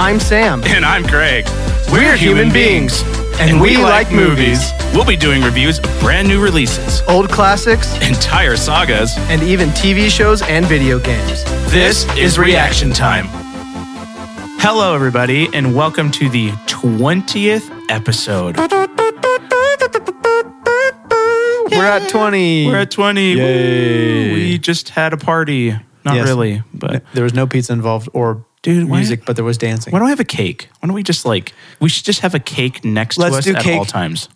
I'm Sam. And I'm Craig. We're, human, beings, and, we, like movies, We'll be doing reviews of brand new releases, old classics, entire sagas. and even TV shows and video games. This is Reaction Time. Hello, everybody, and welcome to the 20th episode. We're at 20. We're at 20. Woo! Yay. We just had a party. Not Yes. really, but there was no pizza involved or Dude, why- music, but there was dancing. why don't we have a cake? Why don't we just like, we should just have a cake next Let's to us do at cake. all times.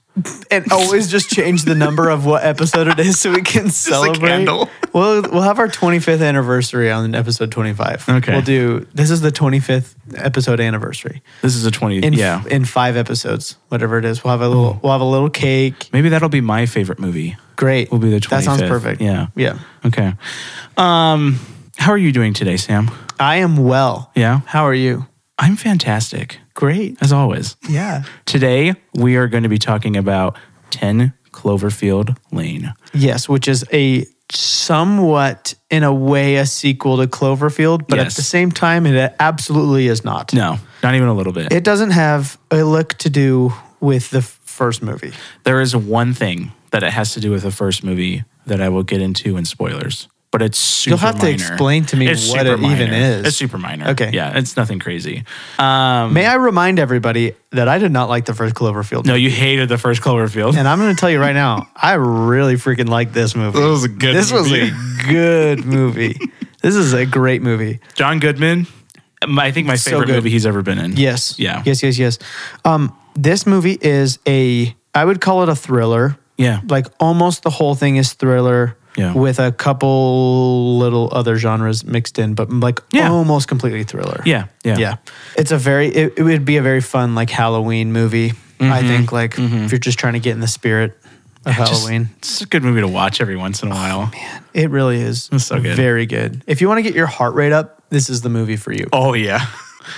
and always just change the number of what episode it is so we can celebrate. candle. We'll we'll have our 25th anniversary on episode 25. Okay. We'll do this is the 25th episode anniversary. This is a 20. In yeah. in 5 episodes, whatever it is. We'll have a little we'll have a little cake. Maybe that'll be my favorite movie. Great. Will be the That sounds 25th. perfect. Yeah. Yeah. Okay. Um, how are you doing today, Sam? I am well. Yeah. How are you? I'm fantastic, Great. as always. Yeah. Today, we are going to be talking about 10 Cloverfield Lane. Yes, which is a somewhat in a way a sequel to Cloverfield, but at Yes. the same time it absolutely is not. No, not even a little bit. It doesn't have a look to do with the f- first movie. there is one thing that it has to do with the first movie that I will get into in spoilers, but it's super You'll have to minor. explain to me It's what super it even minor. is. It's super minor. Okay. Yeah, it's nothing crazy. May I remind everybody that I did not like the first Cloverfield. Um, No, you hated the first Cloverfield. And I'm going to tell you right now, I really freaking like this movie. That was a good This was movie. a good movie. this is a great movie. John Goodman, my- I think my So favorite good. movie he's ever been in. Yes. Yeah. Yes, yes, yes. Um, this movie is a, I would call it a thriller. Yeah. Like almost the whole thing is thriller Yeah. with a couple little other genres mixed in, but like Yeah. almost completely thriller. Yeah. Yeah. Yeah. It's a very, it, it would be a very fun like Halloween movie. I think like if you're just trying to get in the spirit of Mm-hmm. Just- Halloween. Oh, it's a good movie to watch every once in a while. It really is. It's so good. Very good. If you want to get your heart rate up, this is the movie for you. Oh yeah.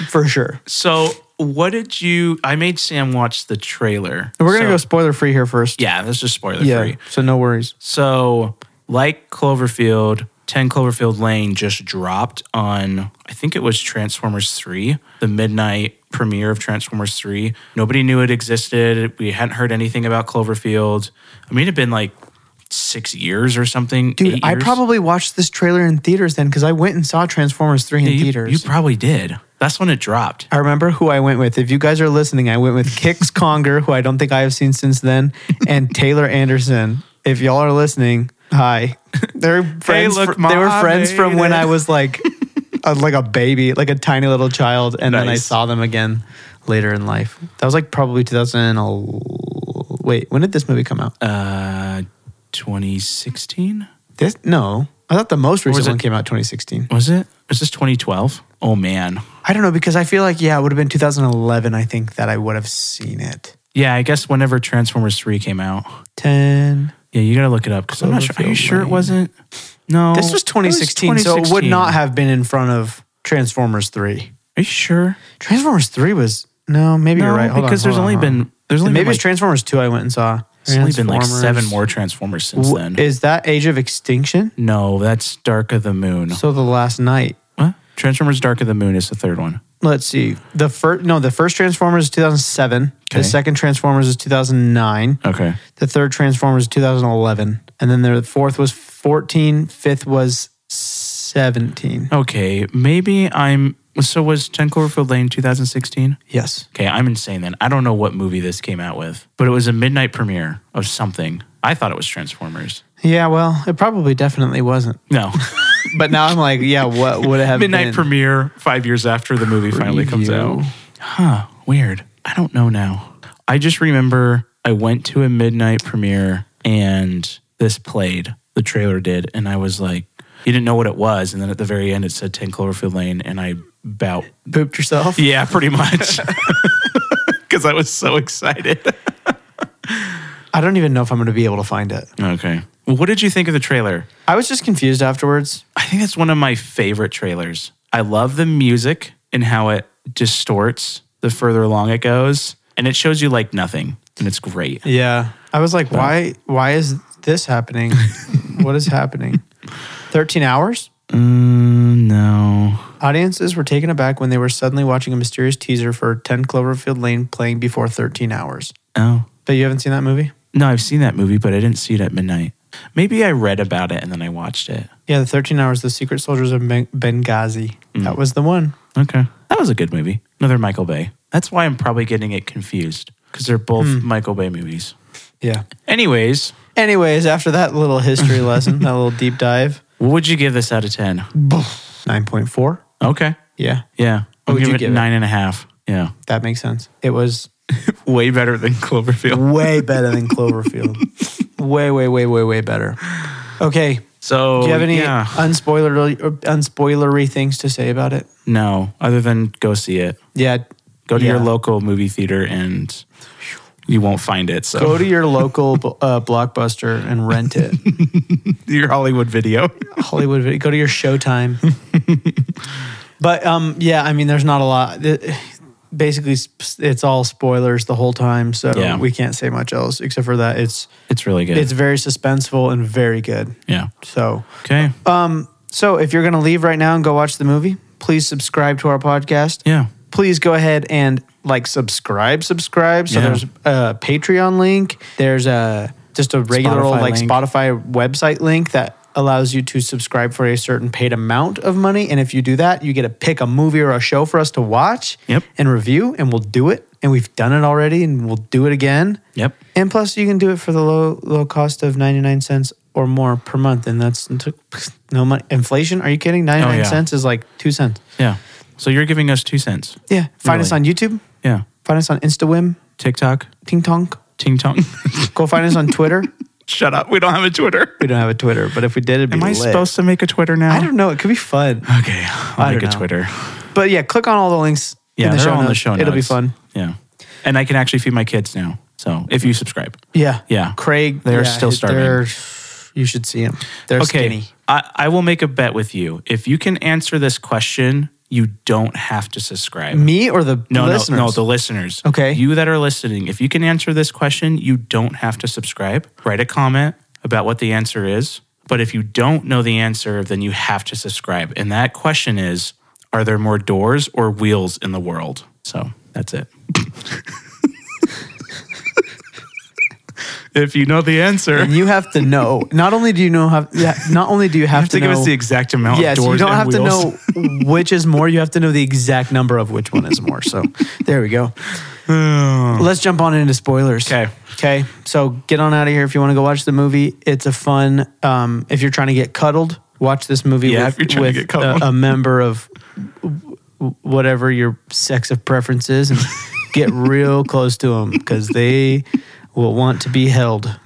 For sure. So what did you? I made Sam watch the trailer. We're going to go So- spoiler free here first. Yeah, that's just spoiler Yeah. free. So no worries. So like Cloverfield, Ten Cloverfield Lane just dropped on. I think it was Transformers Three, the midnight premiere of Transformers Three. Nobody knew it existed. We hadn't heard anything about Cloverfield. I mean, it had been like six years or something. Dude, eight I years. probably watched this trailer in theaters then because I went and saw Transformers 3 in You- theaters. you probably did. That's when it dropped. I remember who I went with. If you guys are listening, I went with Kix Conger, who I don't think I have seen since then, and Taylor Anderson. If y'all are listening, hi. They're friends. look, fr- they were Ma friends from made when it. I was like, a, like a baby, like a tiny little child, and then I Nice. saw them again later in life. That was like probably 2000. Wait, when did this movie come out? Uh, 2016 this no, I thought the most recent it- one came out 2016. was it? Was this 2012? Oh man, I don't know because I feel like yeah, it would have been 2011. I think that I would have seen it. yeah. I guess whenever Transformers Three came out, Ten. yeah, you gotta look it up because I'm not sure. Are you Cloverfield sure it Lane. wasn't? No, This Oh, was it 2016, so it would 2016. not have been in front of Transformers 3. Are you sure? Transformers 3 was no, maybe No, you're right. Hold on, because hold there's on, only hold been- on. there's only maybe been, it's like- Transformers 2 I went and saw. It's only been like seven Transformers. more Transformers since W- then. Is that Age of Extinction? no, that's Dark of the Moon. So the last night. What? Transformers Dark of the Moon is the third one. Let's see. The first no, the first Transformers is 2007. Okay. The second Transformers is 2009. Okay, The third Transformers is 2011. And then the fourth was 14, fifth was 17. okay, maybe I'm. So was Ten Cloverfield Lane 2016? Yes. Okay, I'm insane then. I don't know what movie this came out with, but it was a midnight premiere of something. I thought it was Transformers. Yeah, well, it probably definitely wasn't. No. But now I'm like, yeah, what would it have midnight been? premiere 5 years after the movie finally comes out. Preview. Huh, weird. I don't know now. I just remember I went to a midnight premiere and this played, the trailer did, and I was like, you didn't know what it was, and then at the very end it said 10 Cloverfield Lane and I about Pooped yourself? Yeah, pretty much. Cuz I was so excited. I don't even know if I'm going to be able to find it. Okay. Well, what did you think of the trailer? I was just confused afterwards. I think that's one of my favorite trailers. I love the music and how it distorts the further along it goes, and it shows you like nothing, and it's great. Yeah. I was like, why why is this happening? what is happening? 13 hours? Uh, no. Audiences were taken aback when they were suddenly watching a mysterious teaser for 10 Cloverfield Lane playing before 13 hours. Oh. But you haven't seen that movie? No, I've seen that movie, but I didn't see it at midnight. Maybe I read about it and then I watched it. Yeah, the 13 hours, The Secret Soldiers of Ben- Benghazi. That was the one. Okay. That was a good movie. Another Michael Bay. That's why I'm probably getting it confused because they're both Michael Bay movies. Yeah. Anyways, Anyways, after that little history lesson, that little deep dive, what would you give this out of 10? 9.4. Okay. Yeah, Yeah. I'll would give you it give it? nine and a half. Yeah. that makes sense. It was Way better than Cloverfield. way better than Cloverfield. way, way, way, way, way better. Okay. So, Do you have any yeah. unspoilerly, unspoilery things to say about it? no, other than go see it. Yeah. Go to your Yeah. local movie theater and you won't find it. So, Go to your local uh, blockbuster and rent it. your Hollywood video. Hollywood video. Go to your Showtime. but um, yeah, I mean, there's not a lot. Th- Basically, sp- it's all spoilers the whole time, so Yeah. we can't say much else except for that. It's It's really good. it's very suspenseful and very good. yeah. So Okay. Uh, so if you're gonna leave right now and go watch the movie, please subscribe to our podcast. yeah. Please go ahead and like subscribe, subscribe. So Yeah. there's a Patreon link. There's a just a regular old Spotify like link. Spotify website link that allows you to subscribe for a certain paid amount of money. And if you do that, you get to pick a movie or a show for us to watch Yep. and review, and we'll do it. And we've done it already, and we'll do it again. Yep. And plus, you can do it for the low low cost of ninety nine cents or more per month, and that's no money. Inflation? Are you kidding? Ninety nine Oh, yeah. cents is like two cents. Yeah. So you're giving us two cents. Yeah. Find us Really? on YouTube. Yeah. Find us on InstaWim, TikTok, Ting Tonk. Ting Tong. Go find us on Twitter. Shut up. We don't have a Twitter. we don't have a Twitter, but if we did, it'd be Am I lit. supposed to make a Twitter now? I don't know. It could be fun. Okay. I'll I make don't a know. Twitter. But yeah, click on all the links Yeah. in the they're show all in the notes. show notes. It'll be fun. Yeah. And I can actually feed my kids now. So if you subscribe. Yeah. Yeah. Craig. They're yeah, still starving. they're- you should see them. They're skinny. I, I will make a bet with you. If you can answer this question, you don't have to subscribe. Me or Mm, the no, listeners? no, no, the listeners. Okay. You that are listening, if you can answer this question, you don't have to subscribe. Write a comment about what the answer is. But if you don't know the answer, then you have to subscribe. And that question is Are there more doors or wheels in the world? So that's it. if you know the answer, and you have to know. Not only do you know have, yeah, not only do you have, have to know, give us the exact amount yes, of doors you don't and have wheels. to know which is more. You have to know the exact number of which one is more. So there we go. Let's jump on into spoilers. 'Kay. Okay. So get on out of here if you want to go watch the movie. It's a fun. Um, if you're trying to get cuddled, watch this movie Yeah, with, if you're trying to with get cuddled. A, a member of w- w- whatever your sex of preference is, and get real close to them because they will want to be held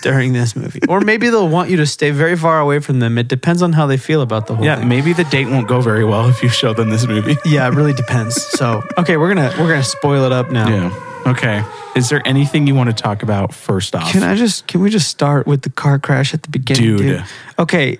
during this movie, or maybe they'll want you to stay very far away from them. It depends on how they feel about the whole Yeah, thing. maybe the date won't go very well if you show them this movie. Yeah, it really depends. So okay, we're gonna we're gonna spoil it up now. Yeah. Okay. Is there anything you want to talk about first off? Can I just can we just start with the car crash at the beginning, Dude. dude? Okay.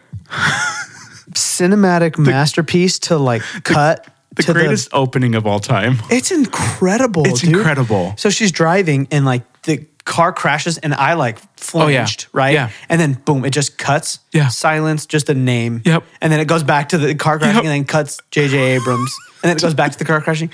Cinematic masterpiece to like cut the to greatest opening of all time. the It's incredible. It's dude. incredible. So she's driving and like the car crashes and I like flinged, Oh, yeah. right? Yeah. And then boom, it just cuts. Yeah. Silence, just a name. Yep. And then it goes back to the car crashing Yep. and then cuts JJ Abrams. and then it goes back to the car crashing.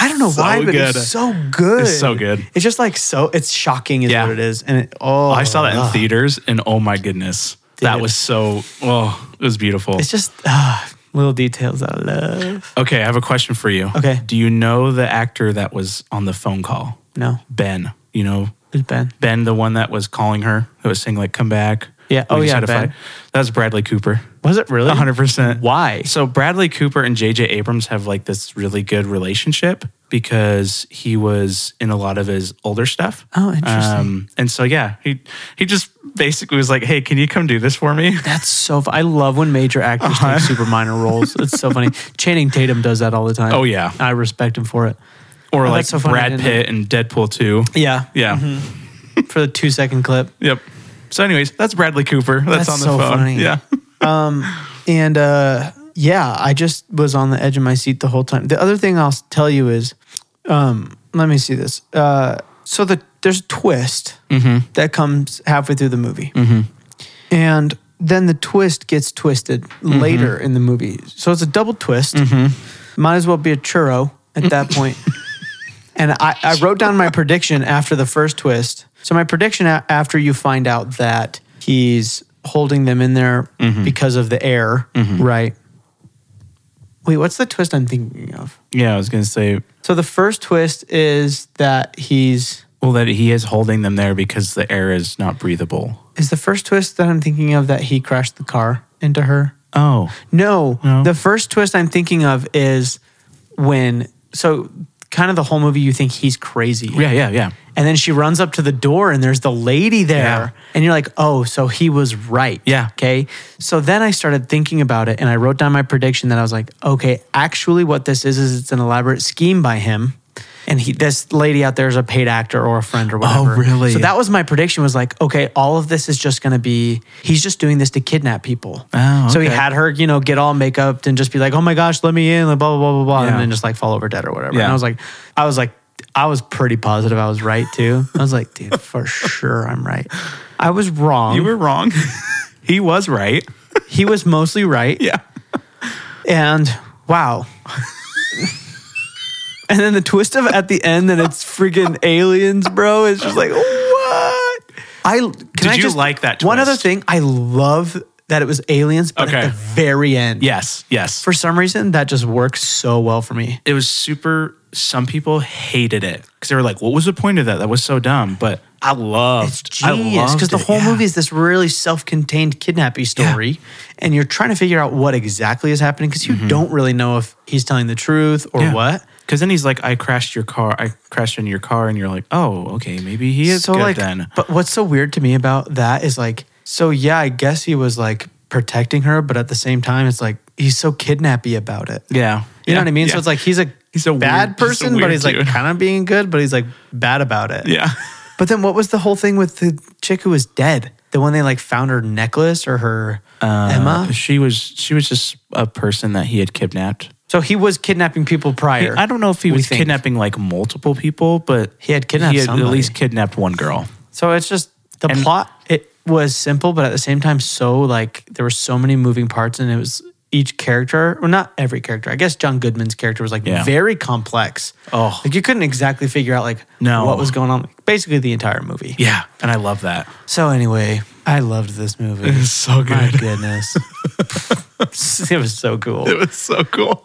I don't know So why, but good. it's so good. It's so good. It's just like so it's shocking is Yeah. what it is. And it, oh I saw that in ugh. theaters, and oh my goodness, that Dude. was so. Oh, it was beautiful. It's just ah, little details I love. Okay, I have a question for you. Okay. Do you know the actor that was on the phone call? No, Ben. You know it's Ben. Ben, the one that was calling her, that was saying like "Come back." Yeah. We Oh, just yeah, had a Ben. fight. That was Bradley Cooper. Was it really? hundred percent. Why? So Bradley Cooper and J.J. Abrams have like this really good relationship because he was in a lot of his older stuff. Oh, interesting. Um, and so yeah, he he just basically was like, "Hey, can you come do this for me?" That's so. Fu- I love when major actors take super minor roles. It's so funny. Channing Tatum does that all the time. Oh, yeah. I respect him for it. Or Oh, like that's so funny, Mm-hmm. I Brad didn't Pitt and Deadpool two. Yeah, Yeah. for the two second clip. Yep. So, anyways, that's Bradley Cooper. That's, That's on the so phone. funny. Yeah. And uh, yeah, I just was on the edge of my seat the whole time. The other thing I'll s- tell you is, um, let me see this. Uh, so Mm-hmm. the there's a twist that comes halfway through the movie, and then the twist gets twisted later in the movie. So it's a double twist. Might as well be a churro at that point. and I, I wrote down my prediction after the first twist. So my prediction a- after you find out that he's holding them in there because of the air, right? Wait, what's the twist I'm thinking of? Yeah, I was gonna say. So the first twist is that he's Well, that he is holding them there because the air is not breathable. is the first twist that I'm thinking of that he crashed the car into her. Oh, No, No? the first twist I'm thinking of is when so kind of the whole movie you think he's crazy. yeah, yeah, yeah. And then she runs up to the door and there's the lady there. Yeah. And you're like, oh, so he was right. Yeah. Okay. So then I started thinking about it and I wrote down my prediction that I was like, okay, actually, what this is is it's an elaborate scheme by him. And he, this lady out there is a paid actor or a friend or whatever. Oh, really? So that was my prediction was like, okay, all of this is just going to be, he's just doing this to kidnap people. Oh, So he okay. had her, you know, get all make up and just be like, oh my gosh, let me in, like, blah, blah, blah, blah, blah. Yeah. And then just like fall over dead or whatever. And Yeah. I was like, I was like, I was pretty positive I was right too. I was like, dude, for sure I'm right. I was wrong. You were wrong. he was right. he was mostly right. Yeah. And wow. and then the twist of at the end that it's freaking aliens, bro. It's just like, what? I can I you just, like that One other twist? thing, I love that it was aliens, but Okay. at the very end. Yes. Yes. For some reason, that just works so well for me. it was super. Some people hated it because they were like, "What was the point of that? That was so dumb." But I It's loved. I genius because loved the it. whole Yeah. movie is this really self-contained kidnapping story, and you're trying to figure out what exactly is happening because you don't really know if he's telling the truth or Mm-hmm. Yeah. what. Because then he's like, "I crashed your car. I crashed into your car," and you're like, "Oh, okay, maybe he is so good like, then." but what's so weird to me about that is like, so yeah, I guess he was like protecting her, but at the same time, it's like he's so kidnappy about it. Yeah, You know Yeah. what I mean? Yeah. So it's like he's a He's a bad weird- he's a person, but weird he's like dude. kind of being good, but he's like bad about it. yeah, But then what was the whole thing with the chick who was dead? The one they like found her necklace or her Uh, Emma? she was she was just a person that he had kidnapped. So he was kidnapping people prior. I don't know if he We was think. kidnapping like multiple people, but He had kidnapped He had at somebody. least kidnapped one girl. So it's just the And- plot. It was simple, but at the same time, so like there were so many moving parts, and it was each character, well, not every character. I guess John Goodman's character was like Yeah. very complex. Oh. like you couldn't exactly figure out like No. what was going on. Basically, the entire movie. Yeah, and I love that. So anyway, I loved this movie. was so My good. goodness, it was so cool. was so cool.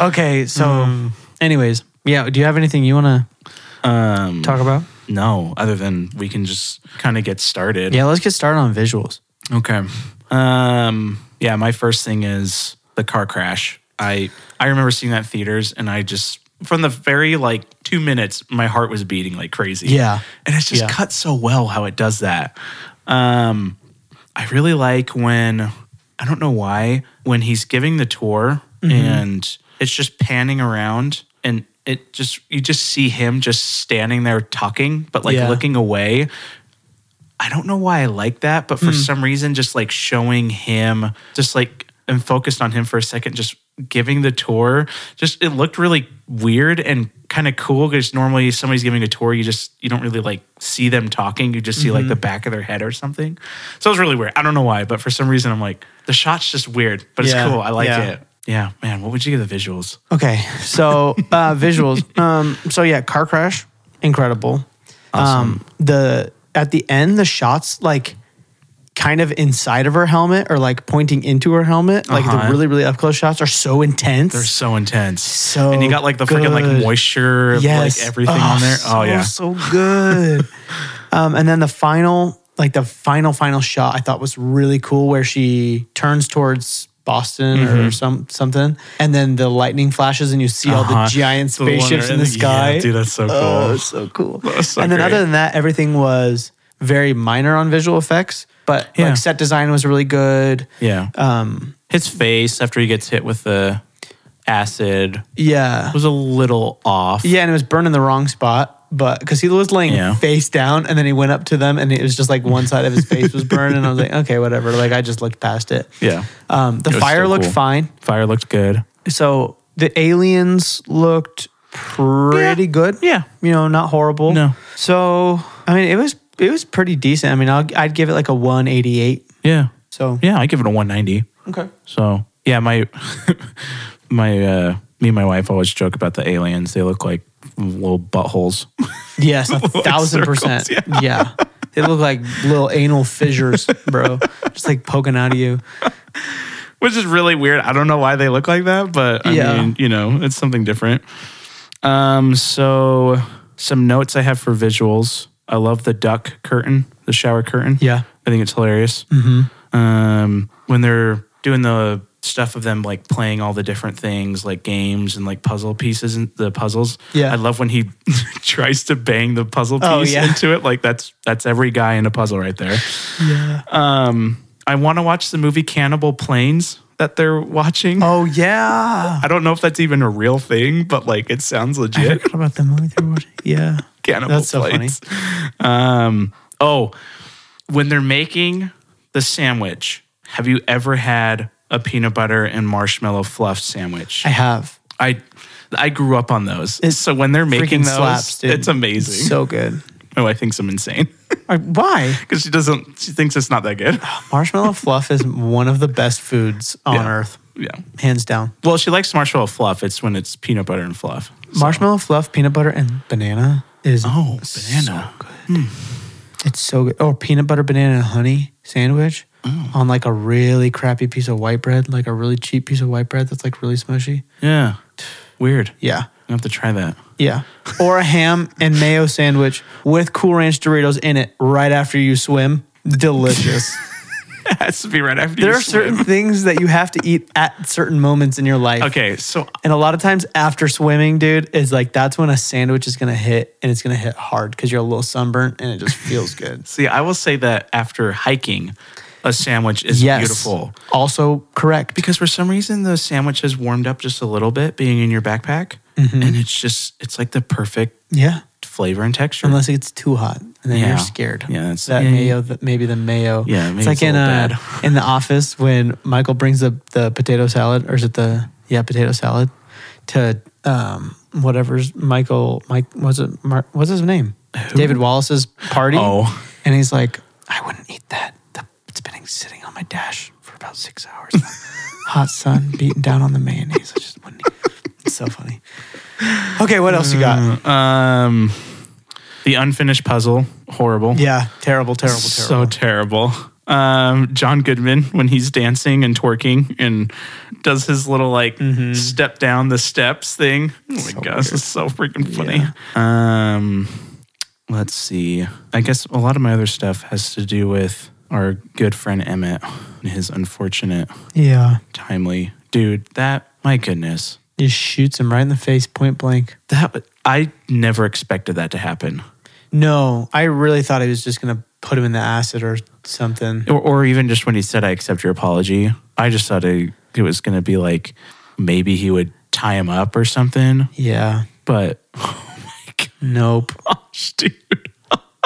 Okay, so anyways, yeah. Do you have anything you want to Um, talk about? no, other than we can just kind of get started. Yeah, let's get started on visuals. Okay. Um, yeah, my first thing is the car crash. I I remember seeing that in theaters and I just from the very like 2 minutes my heart was beating like crazy. Yeah. And it's just Yeah. cut so well how it does that. Um I really like when I don't know why when he's giving the tour Mm-hmm. and it's just panning around and it just you just see him just standing there talking but like Yeah. looking away I don't know why I like that, but for Hmm. some reason, just like showing him, just like and focused on him for a second, just giving the tour, just it looked really weird and kind of cool because normally somebody's giving a tour, you just you don't really like see them talking, you just see like the Mm-hmm. back of their head or something. So it was really weird. I don't know why, but for some reason, I'm like the shot's just weird, but it's Yeah, cool. I like yeah. it. Yeah, man. What would you give the visuals? Okay, so uh, visuals. Um, so yeah, car crash, incredible. Um, the at the end, the shots like kind of inside of her helmet or like pointing into her helmet, like Uh-huh. the really really up close shots are so intense. They're so intense. So and you got like the freaking like good. moisture, of like everything Oh, on there. so, oh yeah, so good. um, and then the final, like the final final shot, I thought was really cool, where she turns towards Boston Mm-hmm. or some something, and then the lightning flashes, and you see all Uh-huh. the giant The one spaceships right in the in the- sky. yeah, dude, that's so Oh, cool. it's so cool. was so and then great. other than that, everything was very minor on visual effects, but Yeah. like set design was really good. Yeah. Um, His face after he gets hit with the acid yeah. was a little off. Yeah, and it was burned in the wrong spot, but because he was laying Yeah. face down, and then he went up to them, and it was just like one side of his face was burned, and I was like, okay, whatever. Like I just looked past it. Yeah. Um, the It was fire still looked cool. fine. Fire looked good. So the aliens looked pretty Yeah. good. Yeah. you know, not horrible. No. So I mean, it was it was pretty decent. I mean, I'll, I'd give it like a one eighty eight. Yeah. So Yeah, I give it a 190. okay. So yeah, my my uh, me and my wife always joke about the aliens. They look like little buttholes. Yes, a thousand circles, percent. Yeah. They look like little anal fissures, bro. Just like poking out of you. which is really weird. I don't know why they look like that, but I Yeah. mean, you know, it's something different. Um, so some notes I have for visuals. I love the duck curtain, the shower curtain. Yeah. I think it's hilarious. Mm-hmm. Um, when they're doing the stuff of them like playing all the different things, like games and like puzzle pieces and the puzzles. Yeah. I love when he tries to bang the puzzle piece Oh, yeah. into it. Like that's that's every guy in a puzzle right there. Yeah. Um, I want to watch the movie Cannibal Planes that they're watching. Oh yeah. I don't know if that's even a real thing, but like it sounds legit. What about the movie they were watching? Yeah. Cannibal That's so funny. Planes. Um, oh, when they're making the sandwich, have you ever had a peanut butter and marshmallow fluff sandwich? I have. I I grew up on those. It so when they're making Freaking those, slaps, dude. it's amazing. So good. oh, I think I'm insane Uh, Why? because she doesn't. She thinks it's not that good. Marshmallow fluff is one of the best foods on Yeah. earth, yeah. hands down. Well, she likes marshmallow fluff. It's when it's peanut butter and fluff. Marshmallow fluff, peanut butter, and banana is Oh, banana. Hmm. It's so good. Oh, peanut butter, banana, and honey sandwich Oh. on like a really crappy piece of white bread, like a really cheap piece of white bread that's like really smushy. Yeah. Weird. Yeah. I have to try that. Yeah. Or a ham and mayo sandwich with Cool Ranch Doritos in it right after you swim. Delicious. it has to be right after. there you are certain swim. things that you have to eat at certain moments in your life. Okay, so And a lot of times after swimming, dude, is like that's when a sandwich is gonna hit and it's gonna hit hard because you're a little sunburnt and it just feels good. see, I will say that after hiking, a sandwich is Yes. beautiful Also correct. because for some reason the sandwich has warmed up just a little bit, being in your backpack, Mm-hmm. and it's just it's like the perfect yeah. flavor and texture. Unless it gets too hot and then Yeah. you're scared. Yeah, that's- that yeah, yeah. mayo, that maybe the mayo. Yeah, maybe it's like it's a in little uh, bad. in the office when Michael brings the the potato salad, or is it the yeah potato salad to um whatever's Michael Mike was it Mar- what's his name David Wallace's party. Oh. and he's like, I wouldn't eat that. The- It's been sitting on my dash for about six hours. Hot sun beating down on the mayonnaise. I just wouldn't. Eat. It's so funny. Okay, what else you got? um, the unfinished puzzle, horrible. Yeah, terrible, terrible, terrible. so terrible. Um, John Goodman when he's dancing and twerking and does his little like step down the steps thing. Oh my Mm-hmm. So gosh, weird. it's so freaking funny. Um, let's see. I guess a lot of my other stuff has to do with our good friend Emmett and his unfortunate, yeah, timely dude. That my goodness, just shoots him right in the face, point blank. that I never expected that to happen, No, I really thought he was just gonna put him in the acid or something. or, or even just when he said, "I accept your apology." I just thought it, it was going to be like maybe he would tie him up or something, Yeah, but oh my nope. gosh, dude.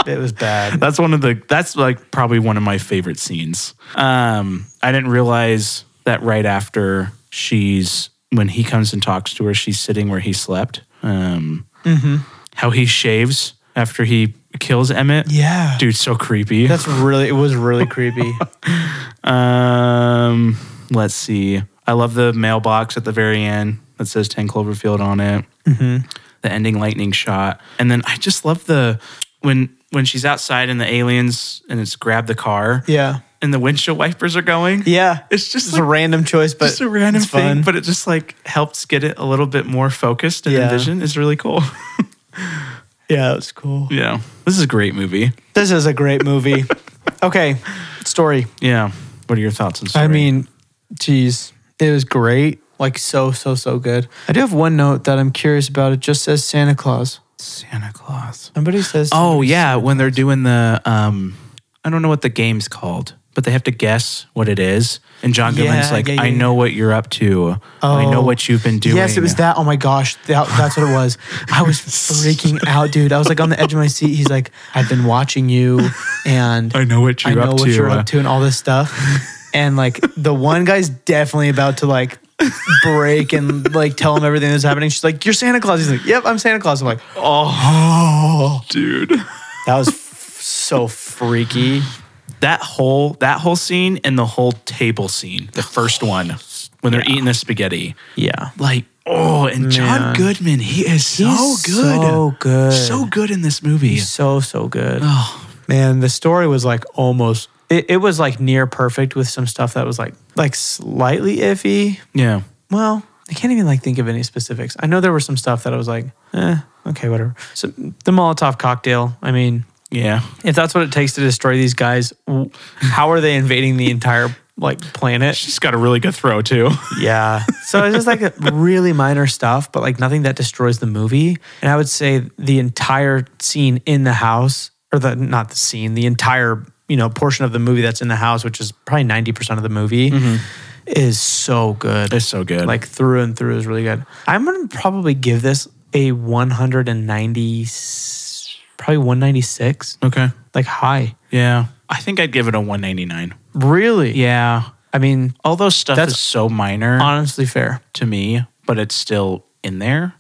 It was bad. That's one of the that's like probably one of my favorite scenes. Um, I didn't realize that right after she's when he comes and talks to her, she's sitting where he slept. Um, Mm-hmm. how he shaves after he kills Emmett. Yeah, Dude, so creepy. that's really. It was really creepy. Um, let's see. I love the mailbox at the very end that says 10 Cloverfield on it. Mm-hmm. The ending lightning shot, and then I just love the when when she's outside and the aliens and it's grab the car. Yeah, and the windshield wipers are going. yeah. it's just It's like, a random choice, but just a random it's thing, fun. but it just like helps get it a little bit more focused and Yeah. envisioned. It's really cool. yeah, it was cool. yeah, this is a great movie. This is a great movie. okay, story. Yeah, what are your thoughts on? Story? I mean, geez, it was great. Like so, so, so good. I do have one note that I'm curious about. It just says Santa Claus. Santa Claus. Somebody says, Oh yeah, when they're doing the um, I don't know what the game's called, but they have to guess what it is. And John Goodman's Yeah, like, yeah, yeah, I know what you're up to. I know Oh. what you've been doing. Yes, it was that. Oh my gosh, that, that's what it was. I was freaking out, dude. I was like on the edge of my seat. He's like, I've been watching you, and I know what I you're know up what to. you're uh, up to, and all this stuff. And like the one guy's definitely about to like break and like tell him everything that's happening. She's like, "You're Santa Claus." He's like, "Yep, I'm Santa Claus." I'm like, Oh, dude. that was f- so freaky. That whole that whole scene and the whole table scene, the first one when they're eating the spaghetti, Yeah. like oh, and John Man. Goodman, he is so He's Oh, so good, good. so good in this movie. So so good. Oh, Man, the story was like almost it, it was like near perfect with some stuff that was like like slightly iffy. yeah, Well, I can't even like think of any specifics. I know there were some stuff that I was like, eh, okay, whatever. So the Molotov cocktail, I mean, yeah. if that's what it takes to destroy these guys, w- how are they invading the entire like planet? She's got a really good throw too. Yeah. So it's just like really minor stuff, but like nothing that destroys the movie. And I would say the entire scene in the house, or the not the scene, the entire you know portion of the movie that's in the house, which is probably ninety percent of the movie, is so good. Mm-hmm. It's so good. Like through and through is really good. I'm gonna probably give this a 190, probably 196, okay, like high. yeah. I think I'd give it a 199. Really? Yeah. I mean, All those stuff That's- is so minor honestly, fair. to me, but it's still in there.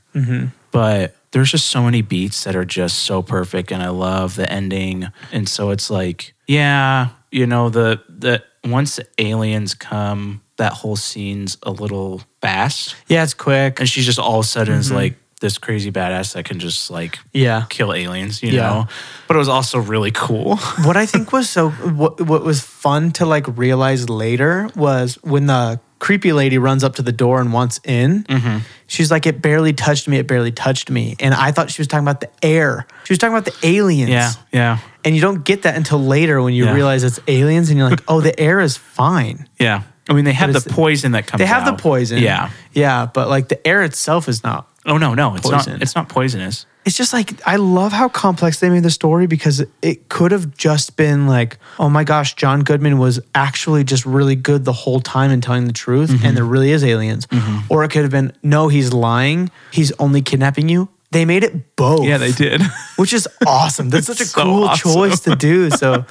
But there's just so many beats that are just so perfect, and I love the ending. And so it's like, yeah, you know, the the once the aliens come, that whole scene's a little fast, Yeah, it's quick. and she's just all of a sudden is like this crazy badass that can just like Yeah. kill aliens, you Yeah. know. But it was also really cool. what I think was so what what was fun to like realize later was when the creepy lady runs up to the door and wants in. Mm-hmm. She's like, "It barely touched me. It barely touched me." And I thought she was talking about the air. She was talking about the aliens. yeah, yeah, And you don't get that until later when you Yeah. realize it's aliens, and you're like, "Oh, the air is fine." yeah. I mean, they have But the it's- poison that comes. They have out. the poison. Yeah. yeah, but like the air itself is not Oh no, no, it's Poison. not. It's not poisonous. it's just like I love how complex they made the story because it could have just been like, oh my gosh, John Goodman was actually just really good the whole time and telling the truth, and there really is aliens. Or it could have been, no, he's lying, he's only kidnapping you. They made it both. did. Which is awesome. That's such a So cool awesome. choice to do. So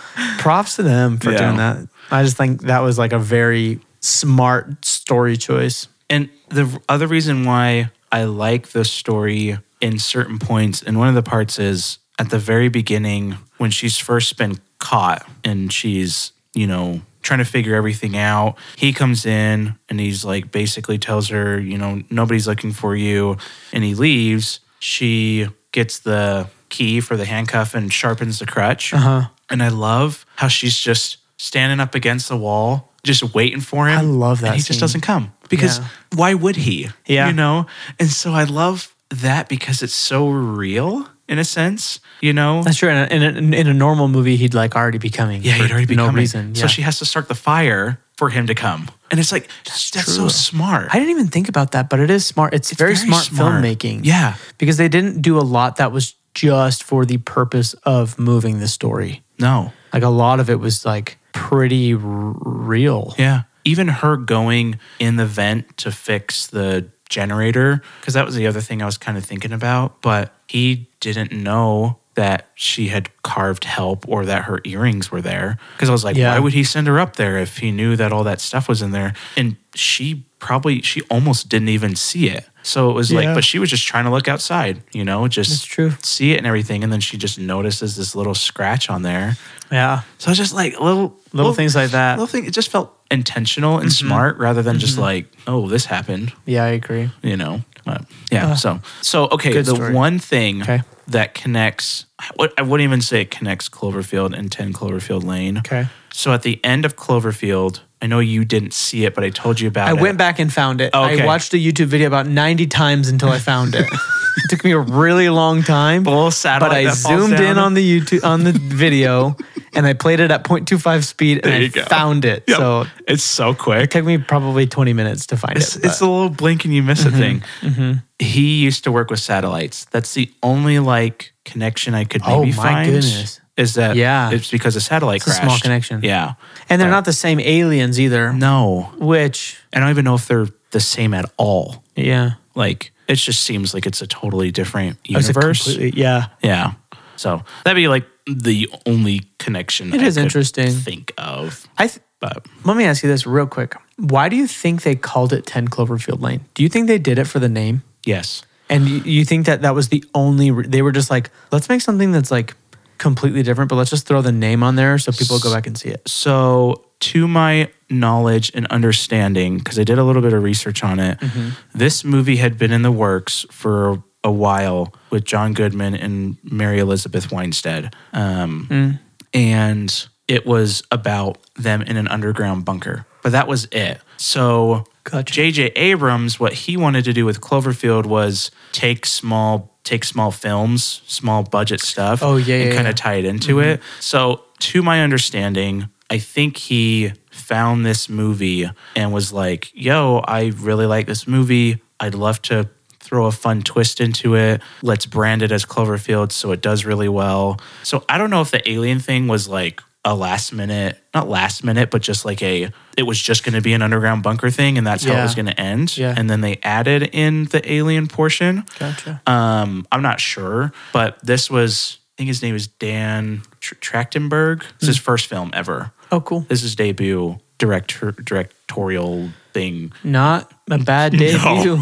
props to them for Yeah. doing that. I just think that was like a very smart story choice. And the other reason why I like the story in certain points, and one of the parts is at the very beginning when she's first been caught and she's, you know, trying to figure everything out. He comes in and he's like basically tells her, you know, nobody's looking for you. And he leaves. She gets the key for the handcuff and sharpens the crutch. Uh-huh. And I love how she's just standing up against the wall, just waiting for him. I love that And he just scene. doesn't come because Yeah. why would he? Yeah. You know? And so I love that because it's so real in a sense, you know? That's true. In a, in a, in a normal movie, he'd like already be coming. yeah, for he'd already be no coming. reason. So Yeah. she has to start the fire for him to come. And it's like, that's, so true. smart. I didn't even think about that, but it is smart. It's, very, very smart, smart. filmmaking. Yeah. Because they didn't do a lot that was just for the purpose of moving the story. no. Like a lot of it was like pretty r- real. Yeah. Even her going in the vent to fix the generator, because that was the other thing I was kind of thinking about. But he didn't know that she had carved help or that her earrings were there. Because I was like, Yeah. why would he send her up there if he knew that all that stuff was in there? And she probably, she almost didn't even see it. So it was like, Yeah. but she was just trying to look outside, you know, just That's true. see it and everything. And then she just notices this little scratch on there. Yeah. So it's just like little little, things like that. Little thing. It just felt intentional and Mm-hmm. smart rather than just like, oh, this happened. Yeah, I agree. You know. But, yeah. so so okay. Uh, good The story. one thing Okay. that connects. I would- I wouldn't even say it connects Cloverfield and Ten Cloverfield Lane. Okay. So at the end of Cloverfield, I know you didn't see it, but I told you about I it. went back and found it. Okay. I watched a YouTube video about 90 times until I found it. it took me a really long time. Little but satellite I that falls zoomed in down. on the YouTube on the video and I played it at 0.25 speed and There I you go. found it. Yep. So it it's so quick. took me probably 20 minutes to find It's, it. it's but- a little blink and you miss Mm-hmm, a thing. He used to work with satellites. That's the only like connection I could maybe Oh, my find. goodness. Is that Yeah. It's because a satellite a crashed. small connection. Yeah. and they're not the same aliens either, No, which I don't even know if they're the same at all. yeah. Like it just seems like it's a totally different Oh, It's a universe. completely- yeah. yeah. So that'd be like the only connection. It is is interesting. Think of, I th- but let me ask you this real quick. Why do you think they called it 10 Cloverfield Lane? Do you think they did it for the name? yes. And you, you think that that was the only re- they were just like, let's make something that's like completely different, but let's just throw the name on there so people go back and see it. So, to my knowledge and understanding, because I did a little bit of research on it, Mm-hmm. this movie had been in the works for a while with John Goodman and Mary Elizabeth Winstead. Um, Mm. And it was about them in an underground bunker, but that was it. So, Gotcha. J.J. Abrams, what he wanted to do with Cloverfield was take small. Take small films, small budget stuff, Oh, yeah, and yeah, kind yeah. of tied into Mm-hmm. it. So, to my understanding, I think he found this movie and was like, yo, I really like this movie. I'd love to throw a fun twist into it. Let's brand it as Cloverfield so it does really well. So, I don't know if the alien thing was like, a last minute, not last minute, but just like a, it was just going to be an underground bunker thing, and that's how it Yeah. was going to end. Yeah. And then they added in the alien portion. Gotcha. Um, I'm not sure, but this was, I think his name is Dan Tr- Trachtenberg. It's his first film ever. Oh, cool. This is his debut director directorial thing. Not a bad debut.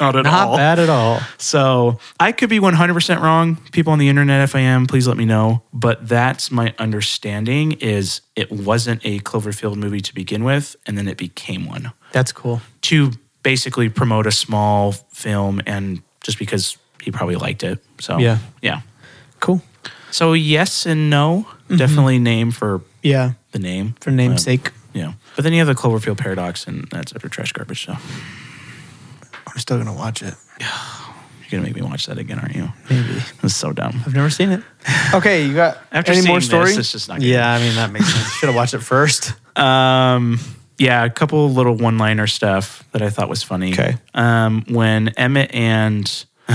not at Not all. bad at all. So I could be 100% wrong. People on the internet, if I am, please let me know. But that's my understanding is it wasn't a Cloverfield movie to begin with, and then it became one That's cool. to basically promote a small film and just because he probably liked it. So Yeah. yeah. Cool. So yes and no. Definitely name for Yeah. the name. Mm-hmm. For name's Uh, sake, Yeah. But then you have the Cloverfield paradox and that's utter trash garbage. So I'm still gonna watch it. you're gonna make me watch that again, aren't you? Maybe. That's so dumb. I've never seen it. Okay, you got After any more seeing story? this, it's just not good. yeah, I mean that makes sense. Should have watched it first. Um yeah, a couple little one liner stuff that I thought was funny. Okay. Um when Emmett and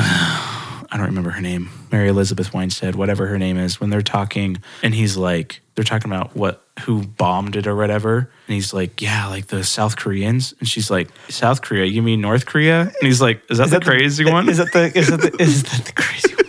I don't remember her name, Mary Elizabeth Weinstead, whatever her name is, when they're talking and he's like, they're talking about what, who bombed it or whatever. And he's like, yeah, like the South Koreans. And she's like, South Korea, you mean North Korea? And he's like, is that the crazy one? Is that the is that the is that the crazy one?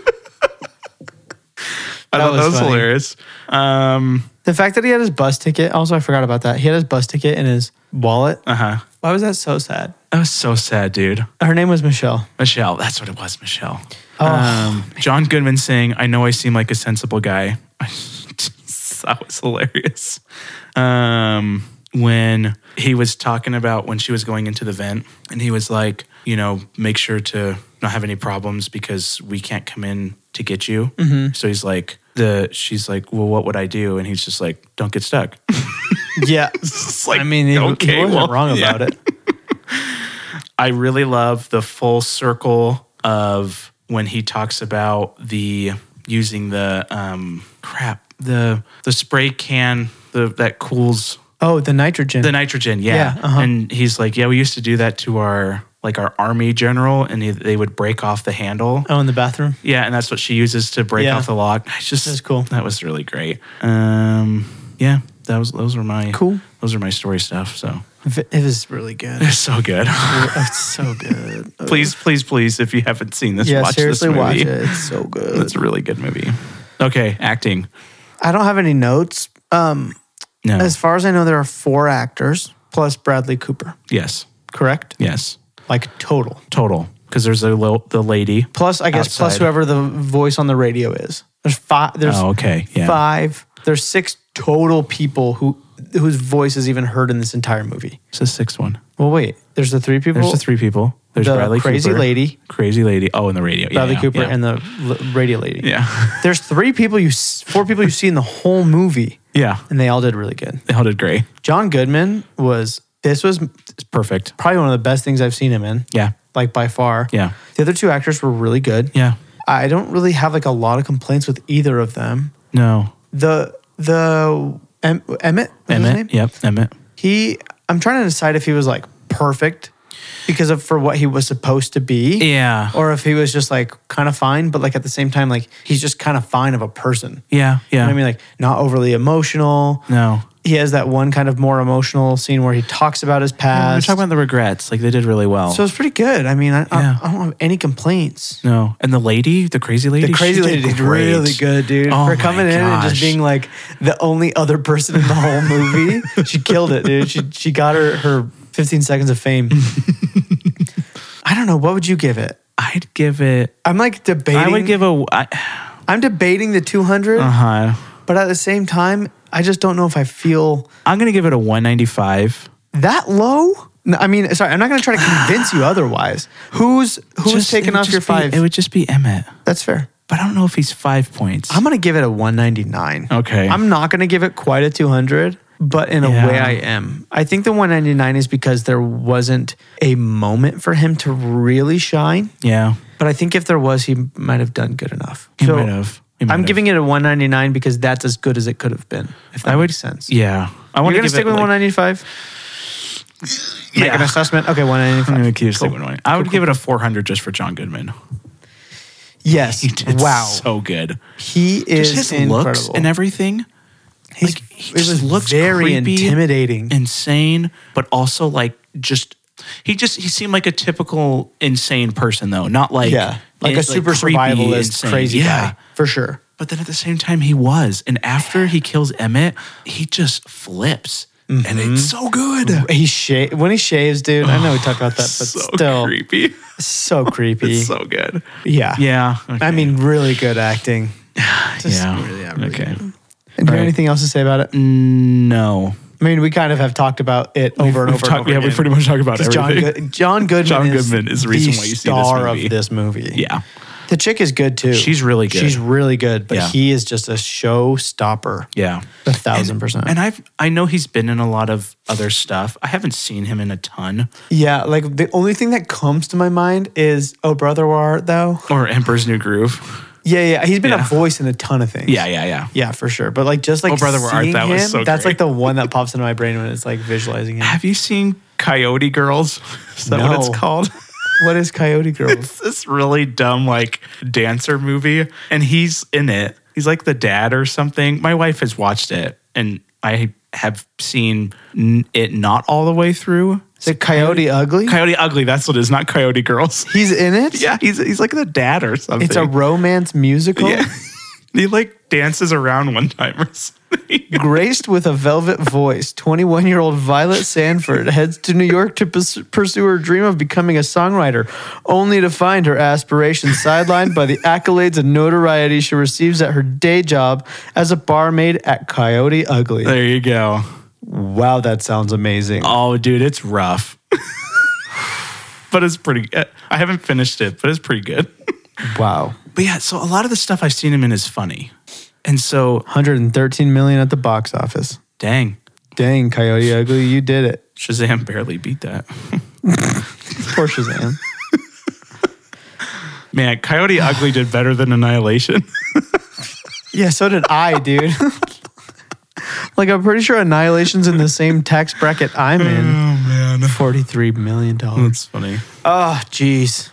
I thought that that was was funny. hilarious. Um, The fact that he had his bus ticket, also I forgot about that. He had his bus ticket in his wallet. uh huh. Why was that so sad? That was so sad, dude. Her name was Michelle. Michelle, that's what it was, Michelle. Oh. um, John Goodman saying, I know I seem like a sensible guy. that was hilarious. Um, when he was talking about when she was going into the vent, and he was like, you know, make sure to not have any problems because we can't come in to get you. So he's like, the she's like, well, what would I do? And he's just like, don't get stuck. Yeah. It's like, I mean, he, he okay, wasn't well, wrong yeah. about it. I really love the full circle of when he talks about the using the um crap the the spray can the that cools Oh, the nitrogen. the nitrogen yeah, Yeah, uh-huh. and he's like yeah we used to do that to our like our army general and he, they would break off the handle oh, in the bathroom. yeah and that's what she uses to break Yeah. off the lock I just That's cool. that was really great um yeah that was those were my Cool. those are my story stuff so V- It was really good. it's so good it's so good. please, please, please, if you haven't seen this, yeah, watch seriously, this movie. watch it. It's so good. It's a really good movie. Okay, acting. I don't have any notes. Um, No. as far as I know, there are four actors plus Bradley Cooper. yes. Correct? Yes. Like total. Total. Because there's a lo- the lady. Plus, I guess plus Outside. whoever the voice on the radio is. There's five. There's Oh, okay. Yeah. five. There's six total people who whose voice is even heard in this entire movie. It's the sixth one. Well, wait. There's the three people. There's the three people. There's the Bradley crazy Cooper. lady. Crazy lady. Oh, and the radio. Yeah, Bradley yeah, Cooper yeah. and the l- radio lady. yeah, There's three people you, s- four people you see in the whole movie, yeah. and they all did really good. They all did great. John Goodman was. This was Perfect. probably one of the best things I've seen him in. Yeah. Like by far. Yeah. The other two actors were really good. Yeah. I don't really have like a lot of complaints with either of them. No. the the em, Emmett was his name? Emmett. Yep. Emmett. He I'm trying to decide if he was like perfect because of for what he was supposed to be. Yeah. Or if he was just like kind of fine, but like at the same time, like he's just kind of fine of a person. yeah. Yeah. You know what I mean, like not overly emotional. no. He has that one kind of more emotional scene where he talks about his We're past. talking about the regrets. Like they did really well. so it's pretty good. I mean, I, I- Yeah. I, don't have any complaints. No, and the lady, the crazy lady, The crazy she lady did great. really good, dude. Oh for my coming in and gosh. just being like the only other person in the whole movie, she killed it, dude. She she got her her 15 seconds of fame. I don't know. What would you give it? I'd give it. I'm like debating. I would give a. I, I'm debating the 200, Uh huh. but at the same time, I just don't know if I feel I'm gonna give it a 195. that low. No, I mean, sorry, I'm not going to try to convince you otherwise. Who's who's Just- it taking would off just your be- five? it would just be Emmett, That's fair. but I don't know if he's five points. I'm going to give it a 199. Okay. I'm not going to give it quite a 200, but in a Yeah. way I am. I think the 199 is because there wasn't a moment for him to really shine. yeah, But I think if there was, he might have done good enough. he might have. He might I'm have. giving it a 199 because that's as good as it could have been. If that makes sense. Yeah, I You're want gonna stick with 195. Make an assessment. Okay, 195. I'm gonna keep sticking with one. I would give it a 400 just for John Goodman. Yes. He did wow. so good. he is Just his incredible. looks and everything. He's, like, he it just was looks very creepy. intimidating. insane, but also like just he just he seemed like a typical insane person though, not like yeah, like in- a super creepy survivalist, insane. crazy yeah. guy for sure. But then at the same time, he was, and after he kills Emmett, he just flips, and Mm-hmm. it's so good. He sha- when he shaves, dude. I know we talked about that, but so still, creepy, so creepy. it's so good. yeah, Yeah, I mean, really good acting. Just yeah, really, yeah, really okay. And do you Right. have anything else to say about it? No, I mean, we kind of have talked about it over and We've over. and talked- over yeah, again. we pretty much talked about 'Cause John, everything. Good- John Goodman. John is Goodman is the reason why you see this star movie. of this movie. yeah, the chick is good too. She's really good. She's really good, but Yeah. he is just a showstopper. yeah. a thousand percent. And I've I know he's been in a lot of other stuff. I haven't seen him in a ton. yeah, like the only thing that comes to my mind is "Oh Brother, Where Art Thou." Or Emperor's New Groove. Yeah, yeah, he's been Yeah. a voice in a ton of things. Yeah, yeah, yeah. Yeah, for sure. But like just like Oh, Brother, Where Art seeing Thou him, is so that's great. like the one that pops into my brain when it's like visualizing him. Have you seen Coyote Girls? Is that what it's No. called? What is Coyote Girl? It's this really dumb like dancer movie, and he's in it. He's like the dad or something. My wife has watched it, and I have seen n- it not all the way through. Is it Coyote Ugly? Coyote Ugly, that's what it is, not Coyote Girls. He's in it. yeah, he's he's like the dad or something. it's a romance musical yeah. he like dances around one time or something. graced with a velvet voice. Twenty-one-year-old Violet Sanford heads to New York to pus- pursue her dream of becoming a songwriter, only to find her aspirations sidelined by the accolades and notoriety she receives at her day job as a barmaid at Coyote Ugly. There you go. Wow, that sounds amazing. Oh, dude, it's rough. but it's pretty uh, I haven't finished it, but it's pretty good. Wow. But yeah, so a lot of the stuff I've seen him in is funny. And Oh, so, 113 million at the box office. dang, Dang, Coyote Ugly, you did it. Shazam barely beat that. Poor Shazam. Man, Coyote Ugly did better than Annihilation. yeah, so did I, dude. like, I'm pretty sure Annihilation's in the same tax bracket I'm in. Oh, man. $43 million. Oh, That's funny. Ah, jeez.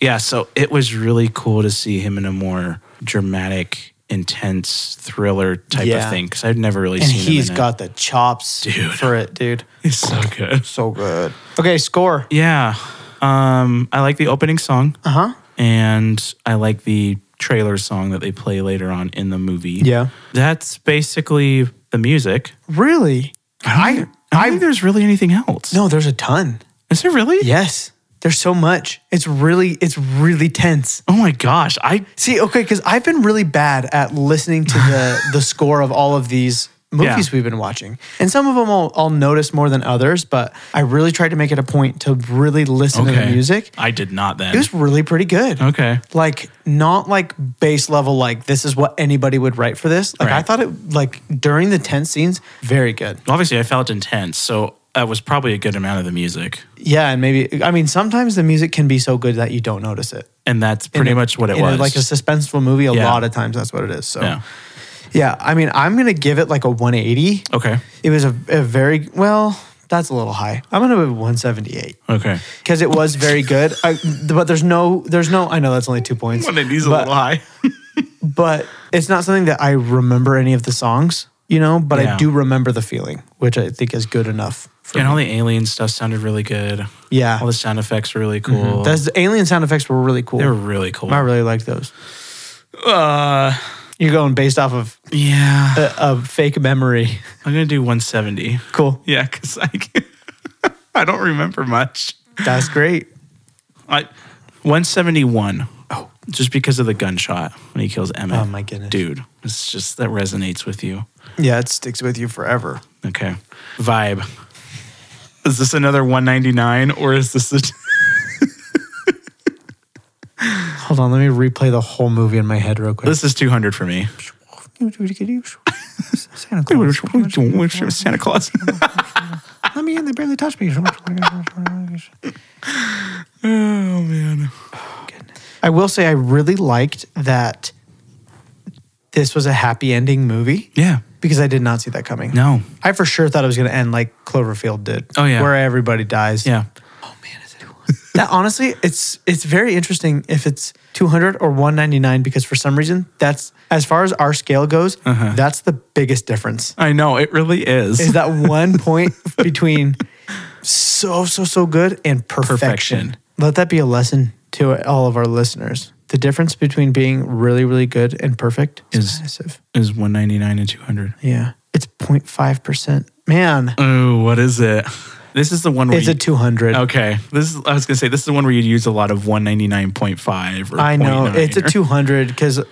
Yeah, so it was really cool to see him in a more dramatic, intense thriller type Yeah. of thing because I've never really And seen he's him. got the chops Dude. for it, dude. he's so good. So good. Okay, score. Yeah, um, I like the opening song. Uh huh. and I like the trailer song that they play later on in the movie. Yeah. That's basically the music. Really? I I don't think there's really anything else. No, there's a ton. Is there really? Yes. There's so much. It's really, it's really tense. Oh my gosh. I See, okay, because I've been really bad at listening to the the score of all of these movies Yeah. we've been watching, and some of them I'll, I'll notice more than others. But I really tried to make it a point to really listen to the music. I did not then. It was really pretty good. okay. Like not like base level. Like this is what anybody would write for this. Like I Right. thought it like during the tense scenes, very good. Obviously I felt intense, so that was probably a good amount of the music. Yeah, and maybe I mean sometimes the music can be so good that you don't notice it. And that's pretty in a- much what it in a- was. like a suspenseful movie, a Yeah. lot of times that's what it is. So, Yeah. yeah. I mean, I'm gonna give it like a 180. okay. It was a, a very well. That's a little high. I'm gonna give it 178 Okay. because it was very good. I, but there's no, there's no. I know that's only two points, is But- high. but it's not something that I remember any of the songs, you know. But Yeah. I do remember the feeling, which I think is good enough. For And me. all the alien stuff sounded really good. Yeah. Mm-hmm. All the sound effects were really cool. Those alien sound effects were really cool. they were really cool. I really liked those. Uh, You're going based off of yeah. a, a fake memory. I'm gonna do 170. Cool. Yeah, because I I don't remember much. That's great. I 171. Oh, just because of the gunshot when he kills Emmett. Oh, my goodness. Dude, it's just that resonates with you. Yeah, it sticks with you forever. Okay. Vibe. Is this another 199 or is this a Hold on, let me replay the whole movie in my head real quick. This is 200 for me. Santa Santa Claus. Let me in. They barely touched me. oh man. I will say I really liked that this was a happy ending movie Yeah. because I did not see that coming. No. I for sure thought it was going to end like Cloverfield did. Oh, yeah. where everybody dies. Yeah. Oh man, is it? that honestly, it's it's very interesting if it's 200 or 199 because for some reason that's as far as our scale goes, Uh-huh. that's the biggest difference. I know it really is. Is that one point between so so so good and perfection. Perfection. Let that be a lesson to all of our listeners. The difference between being really really good and perfect is Is- massive. is 199 and 200. Yeah. It's 0.5%. Man, Oh, what is it? This is the one where it's a you- 200. Okay. This is I was going to say this is the one where you'd use a lot of 199.5 or I know 0.9 it's a or- 200 because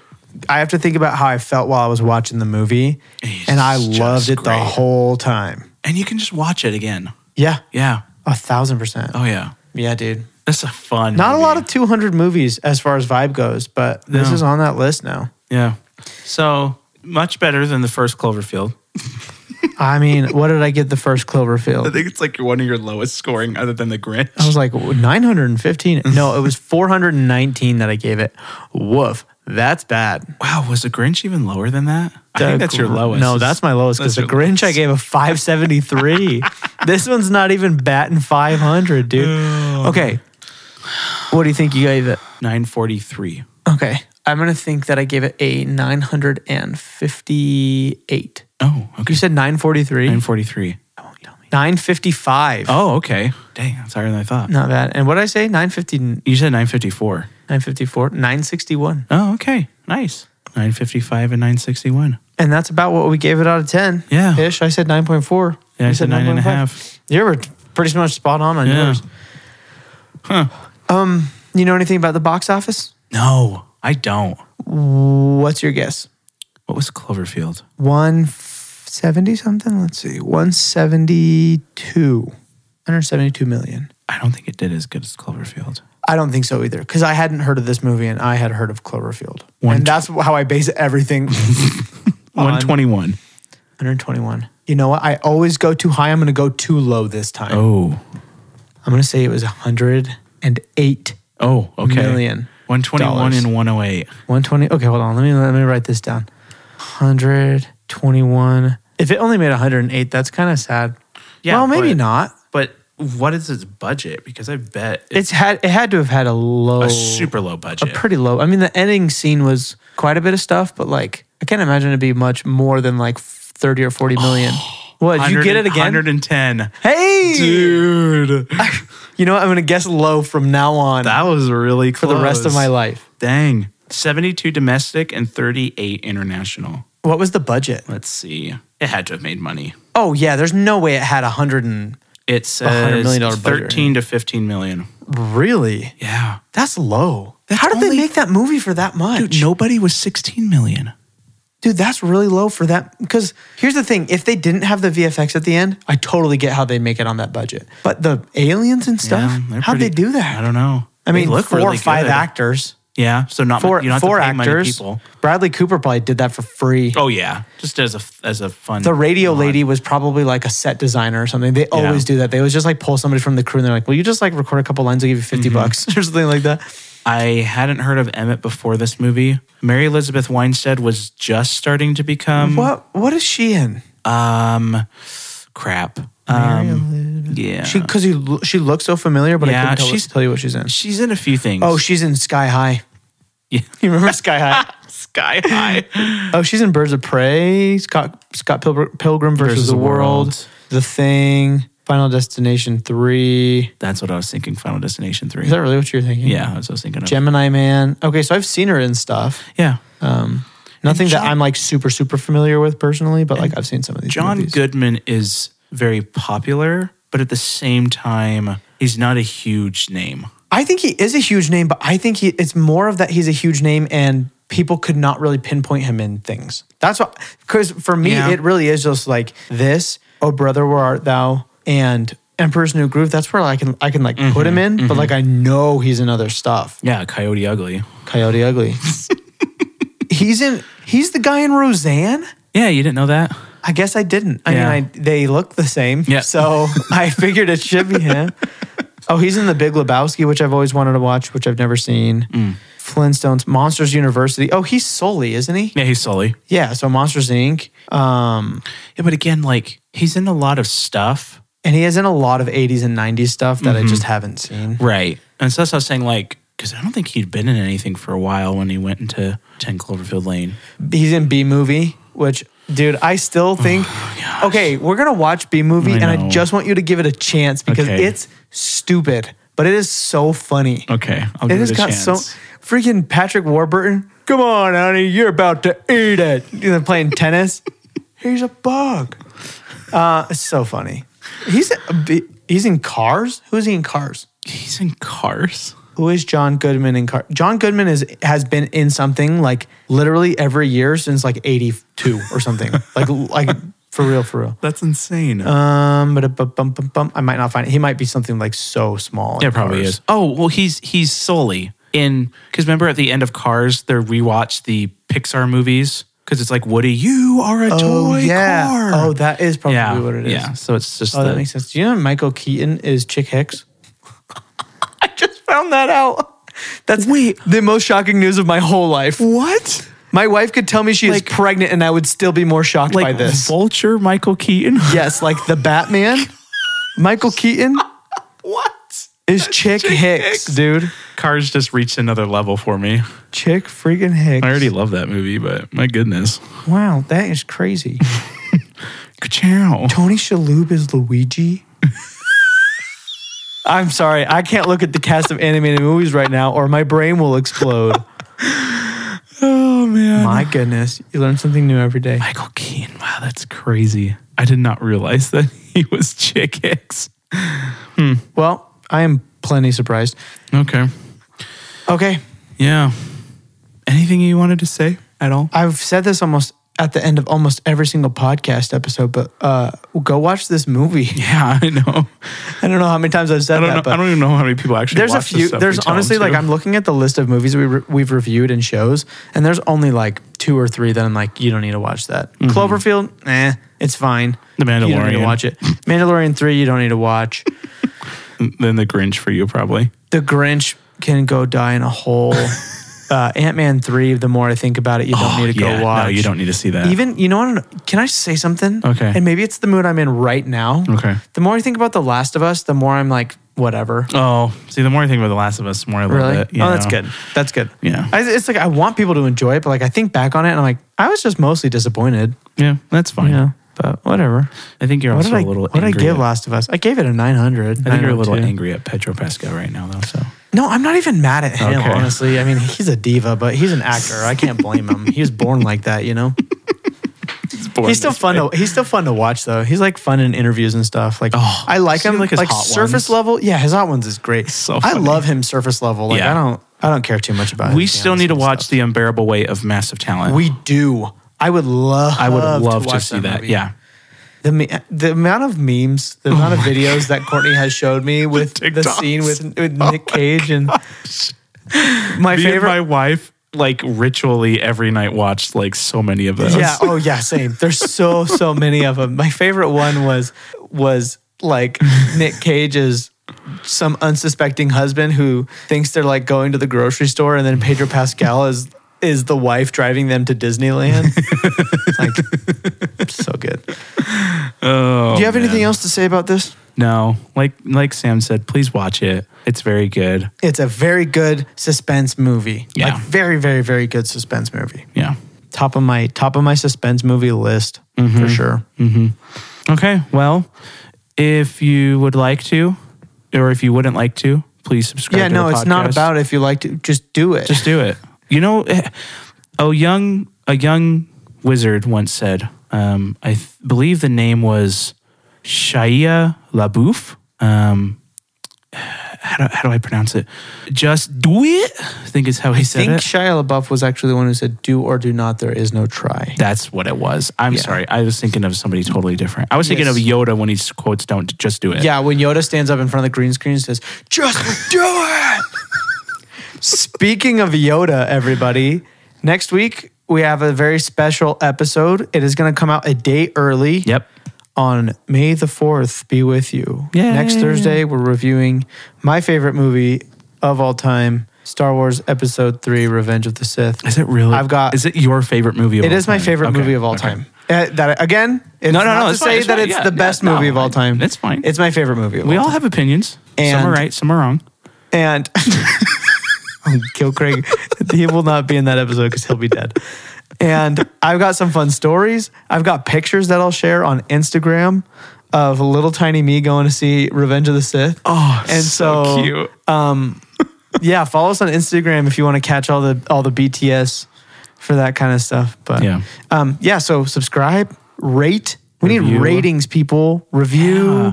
I have to think about how I felt while I was watching the movie, It's and I just loved it the great. whole time. And you can just watch it again. Yeah, Yeah. a thousand percent. Oh yeah. Yeah, dude. That's a fun. Not a movie. lot of 200 movies as far as vibe goes, but this No. is on that list now. Yeah. So much better than the first Cloverfield. I mean, what did I get the first Cloverfield? I think it's like one of your lowest scoring other than the Grinch. I was like 915. No, it was 419 that I gave it. Woof. That's bad. wow, was the Grinch even lower than that? I The think that's your Gr- lowest. No, that's my lowest because That's the your Grinch I gave a 573. this one's not even batting 500, dude. Oh. Okay. What do you think you gave it? 943. Okay. I'm going to think that I gave it a 958. Oh, okay. You said 943? 943. 955. Oh, okay. Dang, that's higher than I thought. Not bad. And what did I say? 950, You said 954. 954, 961. Oh, okay. Nice. 955 and 961. And that's about what we gave it out of 10. Yeah. Ish. I said 9.4. Yeah, I You said nine and a 9.5. half. You were pretty much spot on on Yeah. yours. Huh. You know anything about the box office? No, I don't. What's your guess? What was Cloverfield? 170 something? Let's see. 172. 172 million. I don't think it did as good as Cloverfield. I don't think so either because I hadn't heard of this movie and I had heard of Cloverfield. One- and that's how I base everything. 121. 121. You know what? I always go too high. I'm going to go too low this time. Oh. I'm going to say it was 108 Oh, okay. million. 121 dollars. and 108. 120. Okay, hold on. Let me let me write this down. 121. If it only made 108, that's kind of sad. Yeah, well, maybe but- not. But what is its budget? Because I bet It's it's had it had to have had a low, a super low a budget. pretty low. I mean, the ending scene was quite a bit of stuff, but like I can't imagine it'd be much more than like 30 or 40 million. what? Did you get it again? 110. Hey, Dude, you know what? I'm gonna guess low from now on that was really for close. the rest of my life. Dang. 72 domestic and 38 international. What was the budget? Let's see. It had to have made money. Oh yeah, there's no way it had 100 and It $100 says million budget. 13 to 15 million. really. Yeah. That's low. That's How did they only- make that movie for that much? Dude, nobody was 16 million. Dude, that's really low for that. Because here's the thing if they didn't have the VFX at the end, I totally get how they make it on that budget. But the aliens and stuff, Yeah, they're how'd pretty- they do that? I don't know. I mean, They look four really or five good. actors, Yeah. So not four, you don't have four to pay many actors. people. Bradley Cooper probably did that for free. Oh yeah, just as a as a fun. The radio nod. lady was probably like a set designer or something. They always do that. They always just like pull somebody from the crew and they're like, "Will you just like record a couple lines? I'll give you 50 bucks or something like that." I hadn't heard of Emmett before this movie. Mary Elizabeth Winstead was just starting to become What What is she in? um crap. Um, yeah. She because you she looks so familiar, but I Yeah, couldn't tell, she's- tell you what she's in. she's in a few things. Oh, she's in Sky High. Yeah. You remember Sky High? Sky High. Oh, she's in Birds of Prey, Scott Scott Pilgr- Pilgrim versus Versus the the World, World. The Thing, Final Destination Three. That's what I was thinking. Final Destination three. Is that really what you're thinking? yeah, that's what I was thinking of. Gemini Man. Okay, so I've seen her in stuff. yeah. Nothing that John- I'm like super super familiar with personally, but like I've seen some of these. John movies. Goodman is very popular, but at the same time, he's not a huge name. I think he is a huge name, but I think he it's more of that he's a huge name and people could not really pinpoint him in things. That's what because for me Yeah. it really is just like this, Oh brother, where art thou? and Emperor's New Groove. That's where I can I can like put him in, but like I know he's in other stuff. Yeah, Coyote Ugly. Coyote Ugly. he's in he's the guy in Roseanne? Yeah, you didn't know that? I guess I didn't. I Yeah. mean, I, they look the same. Yeah. So I figured it should be him. Oh, he's in The Big Lebowski, which I've always wanted to watch, which I've never seen. Mm. Flintstones, Monsters University. Oh, he's Sully, isn't he? Yeah, he's Sully. Yeah. So Monsters Inc. Um, Yeah, but again, like he's in a lot of stuff. and he is in a lot of 80s and 90s stuff that I Mm-hmm. just haven't seen. Right. And so that's what I was saying, like, because I don't think he'd been in anything for a while when he went into 10 Cloverfield Lane. He's in B movie, which, dude, I still think. okay, we're gonna watch B movie, Oh, I and I know. just want you to give it a chance because Okay. it's stupid, but it is so funny. Okay. I'll It give it, has a got chance. so freaking Patrick Warburton. Come on, honey, you're about to eat it. You know, playing tennis. Here's a bug. Uh, it's so funny. He's a bi- he's in Cars. Who is he in Cars? He's in Cars. Who is John Goodman in Cars? John Goodman is has been in something like literally every year since like '82 or something. like like for real, for real. That's insane. Um, but bum bum bum. I might not find it. He might be something like so small. in yeah, probably Cars. is. Oh, well, he's he's solely in because remember at the end of Cars, they rewatch the Pixar movies because it's like Woody, you are a Oh toy yeah. car. Oh, that is probably yeah, what it is. yeah. So it's just Oh, the, that makes sense. Do you know Michael Keaton is Chick Hicks? I just found that out. That's Wait. the most shocking news of my whole life. what My wife could tell me she Like- is pregnant, and I would still be more shocked by like this. Vulture Michael Keaton. yes, like the Batman. Michael Keaton what? is Chick, Hicks, Hicks. dude. Cars just reached another level for me. Chick freaking Hicks. I already love that movie, but my goodness. Wow, that is crazy. Ka-chow. Tony Shalhoub is Luigi. I'm sorry, I can't look at the cast of animated movies right now, or my brain will explode. Oh man. My goodness, you learn something new every day. Michael Keaton. Wow, that's crazy. I did not realize that he was Chick Hicks. Well, I am plenty surprised. Okay. Okay, Yeah. Anything you wanted to say at all? I've said this almost at the end of almost every single podcast episode, but uh, go watch this movie. Yeah, I know. I don't know how many times I've said I don't that, know. but I don't even know how many people actually. there's a watch this few. stuff There's we tell honestly them like to. I'm looking at the list of movies we re- we've reviewed and shows, and there's only like two or three that I'm like, you don't need to watch that. Cloverfield, eh, it's fine. Mm-hmm. The You don't need to Mandalorian. watch it. Mandalorian three, you don't need to watch. then the Grinch for you probably. the Grinch can go die in a hole. uh, Ant Man three. The more I think about it, you don't need to Oh, yeah, go watch. No, you don't need to see that. Even you know what? Can I say something? Okay. And maybe it's the mood I'm in right now. Okay. The more I think about The Last of Us, the more I'm like, whatever. oh, see, the more I think about The Last of Us, the more I love Really? it. you oh, that's know? good. That's good. Yeah. I, it's like I want people to enjoy it, but like I think back on it and I'm like, I was just mostly disappointed. Yeah, that's fine. Yeah. But whatever. I think you're What also did I? a little. What did I angry give at- Last of Us? I gave it a 900. I think you're a little 902. angry at Pedro Pascal right now, though. So No, I'm not even mad at him, Okay. honestly. I mean, he's a diva, but he's an actor. I can't blame him. He was born like that, you know? He's still fun to he's still fun to watch though. He's like fun in interviews and stuff. Like Oh, I like see, him like, like his hot surface ones. level. Yeah, his hot ones is great. So I funny. love him surface level. Like Yeah. I don't I don't care too much about him. We be still honest need to and watch stuff. The Unbearable Weight of Massive Talent. We do. I would love I would love to, watch see that. movie. Yeah. Oh The me- the amount of memes, the amount of videos that Courtney has showed me with the, TikToks. Oh scene with, with Nick Cage and my Me and favorite my wife like ritually every night watched like so many of those. Yeah. Oh, yeah. Same. There's so so many of them. My favorite one was was like Nick Cage's some unsuspecting husband who thinks they're like going to the grocery store, and then Pedro Pascal is is the wife driving them to Disneyland. It's like so good. Oh, Do you have man. anything else to say about this? No. Like like Sam said, please watch it. It's very good. It's a very good suspense movie. Yeah. Like very very very good suspense movie. Yeah. Top of my top of my suspense movie list Mm-hmm. for sure. Okay. Well, if you would like to, or if you wouldn't like to, please subscribe. Yeah. to No, the it's not podcast. about if you like to just do it. Just do it. You know, eh, a young a young wizard once said, um, I th- believe the name was Shia LaBeouf. Um, how do, how do I pronounce it? Just do it. I think is how he I said think it. Shia LaBeouf was actually the one who said, "Do or do not. There is no try." That's what it was. I'm sorry. I was thinking of somebody totally different. I was thinking Yes. of Yoda when he quotes "Don't just do it." Yeah, when Yoda stands up in front of the green screen and says, "Just do it." Speaking of Yoda, everybody, next week we have a very special episode. It is going to come out a day early. Yep. On May the 4th, be with you. Yay. Next Thursday, we're reviewing my favorite movie of all time, Star Wars Episode 3 Revenge of the Sith. Is it really? I've got- Is it your favorite movie? Of It all is my time? favorite Okay, movie of all okay. time. Uh, that again, it's no, not no, to it's say fine, it's that fine, it's yeah, the yeah, best no, movie of all time. it's fine. It's my favorite movie. Of We all all time. have opinions. some And- are right, some are wrong. and Oh, kill Craig. he will not be in that episode because he'll be dead. And I've got some fun stories. I've got pictures that I'll share on Instagram of little tiny me going to see Revenge of the Sith. Oh, and so, uh, yeah, follow us on Instagram if you want to catch all the all the BTS for that kind of stuff. But Yeah. um, yeah. So subscribe, rate. We need Review. ratings, people. Review. Yeah.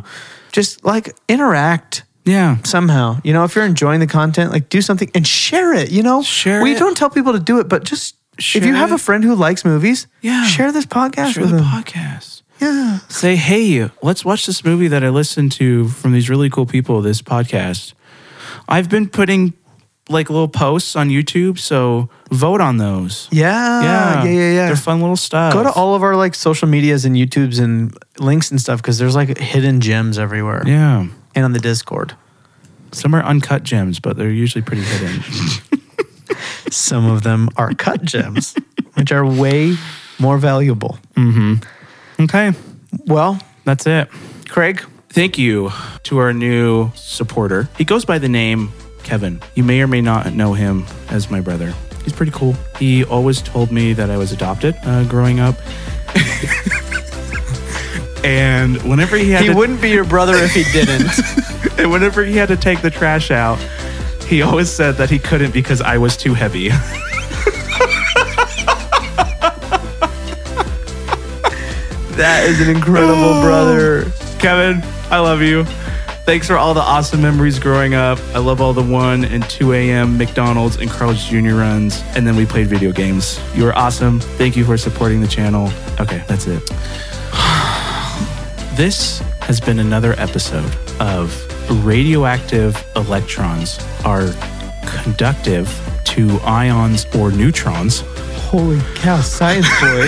Just like interact Yeah. somehow. You know, if you're enjoying the content, like do something and share it. You know, Share We it. don't tell people to do it, but just Share if you have it. a friend who likes movies, Yeah. share this podcast Share with the them. podcast. yeah, Say, hey, let's watch this movie that I listened to from these really cool people, this podcast. I've been putting like little posts on YouTube, so vote on those. yeah, Ah, yeah, yeah, yeah. They're fun little stuff. Go to all of our like social medias and YouTubes and links and stuff because there's like hidden gems everywhere Yeah. and on the Discord. Some are uncut gems, but they're usually pretty hidden. Some of them are cut gems, which are way more valuable. okay. Well, That's it. Craig, Thank you to our new supporter. He goes by the name Kevin. You may or may not know him as my brother. He's pretty cool. He always told me that I was adopted uh, growing up. and whenever he had he to, wouldn't be your brother if he didn't. and whenever he had to take the trash out, he always said that he couldn't because I was too heavy. that is an incredible brother. Oh, Kevin, I love you. Thanks for all the awesome memories growing up. I love all the 1 and 2 a.m. McDonald's and Carl's Jr. runs. And then we played video games. You were awesome. Thank you for supporting the channel. Okay, that's it. This has been another episode of Radioactive Electrons are conductive to ions or neutrons. Holy cow, science boy.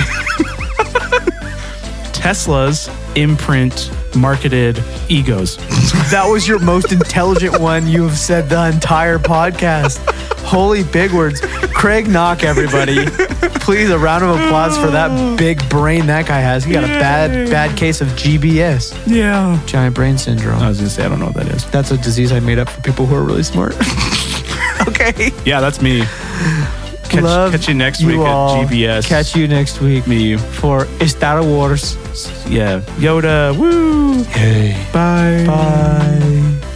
Tesla's imprint marketed egos. that was your most intelligent one you have said the entire podcast. Holy big words. Craig Knock, everybody. Please, a round of applause for that big brain that guy has. He got a bad, bad case of GBS, Yeah. giant brain syndrome. I was gonna say I don't know what that is. That's a disease I made up for people who are really smart. okay. Yeah, that's me. Catch, Love catch you next you week all. at GBS. Catch you next week me. for Star Wars. Yeah, Yoda. Woo. Hey. Bye. Bye.